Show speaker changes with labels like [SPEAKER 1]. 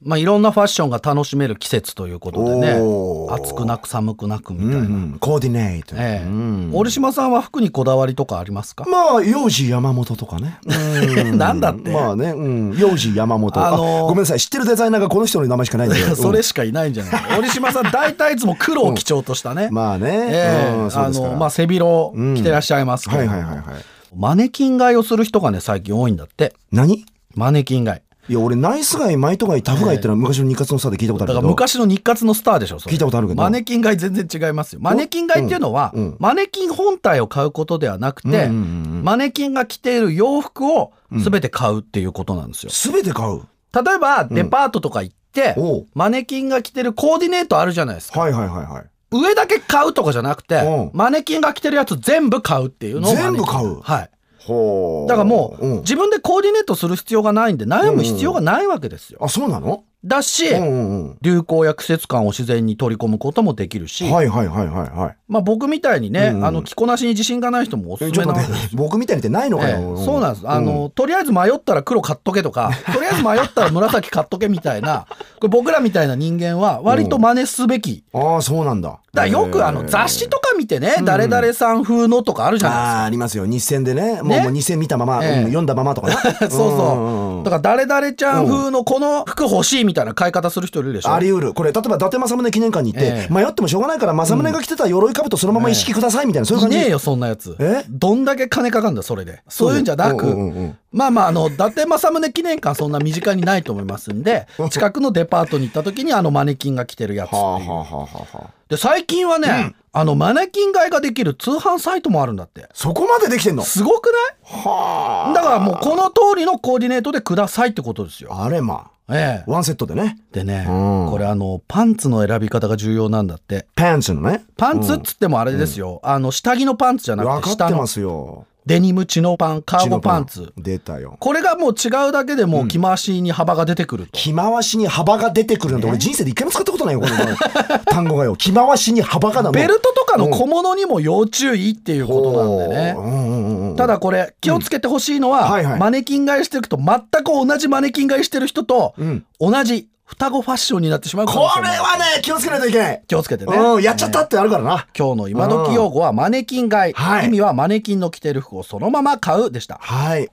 [SPEAKER 1] まあ、いろんなファッションが楽しめる季節ということで
[SPEAKER 2] お
[SPEAKER 1] ね
[SPEAKER 2] ー
[SPEAKER 1] 暑くなく寒くなくみ
[SPEAKER 2] う
[SPEAKER 1] たい
[SPEAKER 2] ん
[SPEAKER 1] な、
[SPEAKER 2] うん、コーディネート、
[SPEAKER 1] ええ
[SPEAKER 2] うん
[SPEAKER 1] 折島さんは服にこだわりとかあります か、
[SPEAKER 2] まあ幼児山本とかね
[SPEAKER 1] なんだって
[SPEAKER 2] まあね、うん、幼児山本、
[SPEAKER 1] あ
[SPEAKER 2] あ
[SPEAKER 1] のー
[SPEAKER 2] ごめんなさい知ってるデザイナーがこの人の名前しかないんだ よ
[SPEAKER 1] それ
[SPEAKER 2] し、
[SPEAKER 1] しかいないんじゃない折島さん大体いつも黒を基調としたね、
[SPEAKER 2] うん まあね、
[SPEAKER 1] ええ
[SPEAKER 2] うん、そう
[SPEAKER 1] あ
[SPEAKER 2] ですから
[SPEAKER 1] のまあ背広を着てらっしゃいますけど、
[SPEAKER 2] はいはいはいはい
[SPEAKER 1] マネキン買いをする人がね最近多いんだって
[SPEAKER 2] 何
[SPEAKER 1] マネキン買い
[SPEAKER 2] いや俺ナイスガイマイトガイタフガイってのは昔の日活の差で聞いたことあ
[SPEAKER 1] だ
[SPEAKER 2] る
[SPEAKER 1] から
[SPEAKER 2] けど
[SPEAKER 1] 昔の日活のスターでしょそれ
[SPEAKER 2] 聞いたことあるけど
[SPEAKER 1] マネキン買い全然違いますよマネキン買いっていうのは、
[SPEAKER 2] うんうん
[SPEAKER 1] マネキン本体を買うことではなくて、
[SPEAKER 2] うんうんうんうん
[SPEAKER 1] マネキンが着ている洋服を全て買うっていうことなんですよ、
[SPEAKER 2] 全て買う
[SPEAKER 1] 例えばデパートとか行って、
[SPEAKER 2] おう
[SPEAKER 1] マネキンが着てるコーディネートあるじゃないですか
[SPEAKER 2] はいはいはいはい
[SPEAKER 1] 上だけ買うとかじゃなくて
[SPEAKER 2] うん
[SPEAKER 1] マネキンが着てるやつ全部買うっていうのをマネキン
[SPEAKER 2] 全部買う
[SPEAKER 1] はい
[SPEAKER 2] ほう
[SPEAKER 1] だからもう、
[SPEAKER 2] うん
[SPEAKER 1] 自分でコーディネートする必要がないんで悩む必要がないわけですよ、
[SPEAKER 2] あそうなの
[SPEAKER 1] だし、
[SPEAKER 2] うんうんうん
[SPEAKER 1] 流行や季節感を自然に取り込むこともできるし、
[SPEAKER 2] はいはいはいはいはい
[SPEAKER 1] まあ、僕みたいにね、
[SPEAKER 2] うん
[SPEAKER 1] あの着こなしに自信がない人もおす
[SPEAKER 2] え
[SPEAKER 1] す
[SPEAKER 2] ちょ
[SPEAKER 1] め
[SPEAKER 2] っと
[SPEAKER 1] なわ
[SPEAKER 2] 待
[SPEAKER 1] け
[SPEAKER 2] っ
[SPEAKER 1] です
[SPEAKER 2] て僕みたいにってないのか
[SPEAKER 1] ええ
[SPEAKER 2] よ、
[SPEAKER 1] そうなんですあの、とりあえず迷ったら黒買っとけと かとりあえず迷ったら紫買っとけみたいなこれ僕らみたいな人間は割と真似すべき、
[SPEAKER 2] ああそうなんだ
[SPEAKER 1] だからよくあの雑誌とか見てね、誰々さん風のとかあるじゃないですか
[SPEAKER 2] ああーありますよ日戦でねもう
[SPEAKER 1] ね
[SPEAKER 2] もう日戦見たまま、
[SPEAKER 1] ええ
[SPEAKER 2] うん読んだままとかな
[SPEAKER 1] そうそう。だから誰々ちゃん風のこの服欲しいみたいな買い方する人いるでしょ。
[SPEAKER 2] あり得るこれ例えば伊達政宗記念館に行って、
[SPEAKER 1] ええ
[SPEAKER 2] 迷ってもしょうがないから政宗が着てた鎧兜そのまま一式くださいみたいな、そういう
[SPEAKER 1] い
[SPEAKER 2] 感じ
[SPEAKER 1] ねえよそんなやつ
[SPEAKER 2] え
[SPEAKER 1] どんだけ金かかるんだそれでそういうんじゃなく、
[SPEAKER 2] うんうんうん
[SPEAKER 1] まあまああの伊達政宗記念館そんな身近にないと思いますんで近くのデパートに行った時にあのマネキンが着てるやつって
[SPEAKER 2] はあはあ
[SPEAKER 1] いう
[SPEAKER 2] はあはあはあ
[SPEAKER 1] で最近はね、あのマネキン買いができる通販サイトもあるんだって
[SPEAKER 2] そこまでできてんの
[SPEAKER 1] すごくない
[SPEAKER 2] は
[SPEAKER 1] だからもうこの通りのコーディネートでくださいってことですよ
[SPEAKER 2] ああれま
[SPEAKER 1] ええ
[SPEAKER 2] ワンセットでね
[SPEAKER 1] でね、
[SPEAKER 2] うん
[SPEAKER 1] これあのパンツの選び方が重要なんだって
[SPEAKER 2] パンツのね
[SPEAKER 1] パンツっつってもあれですよ、あの下着のパンツじゃな
[SPEAKER 2] 分
[SPEAKER 1] くて
[SPEAKER 2] か
[SPEAKER 1] 下
[SPEAKER 2] って
[SPEAKER 1] の
[SPEAKER 2] ますよ
[SPEAKER 1] デニムチノパンカーゴパン
[SPEAKER 2] チ
[SPEAKER 1] ツ
[SPEAKER 2] ノ出たよ
[SPEAKER 1] これがもう違うだけでもう着回しに幅が出てくると、
[SPEAKER 2] 着回しに幅が出てくるなんて俺人生で一回も使ったことないよこの単語がよ着回しに幅がな の
[SPEAKER 1] ベルトとかの小物にも要注意っていうことなんでね、
[SPEAKER 2] うんうんうんうん
[SPEAKER 1] ただこれ気をつけてほしいのは、
[SPEAKER 2] うんはいはい
[SPEAKER 1] マネキン買いしてると全く同じマネキン買いしてる人と
[SPEAKER 2] うん
[SPEAKER 1] 同じ双子ファッションになってしまう可能
[SPEAKER 2] こ
[SPEAKER 1] 性も
[SPEAKER 2] れ
[SPEAKER 1] ある
[SPEAKER 2] はね気をつけないといけない
[SPEAKER 1] 気をつけてね、
[SPEAKER 2] うんやっちゃったってあるからな
[SPEAKER 1] 今日の今時用語はマネキン買い、
[SPEAKER 2] はい
[SPEAKER 1] 意味はマネキンの着てる服をそのまま買うでした
[SPEAKER 2] はい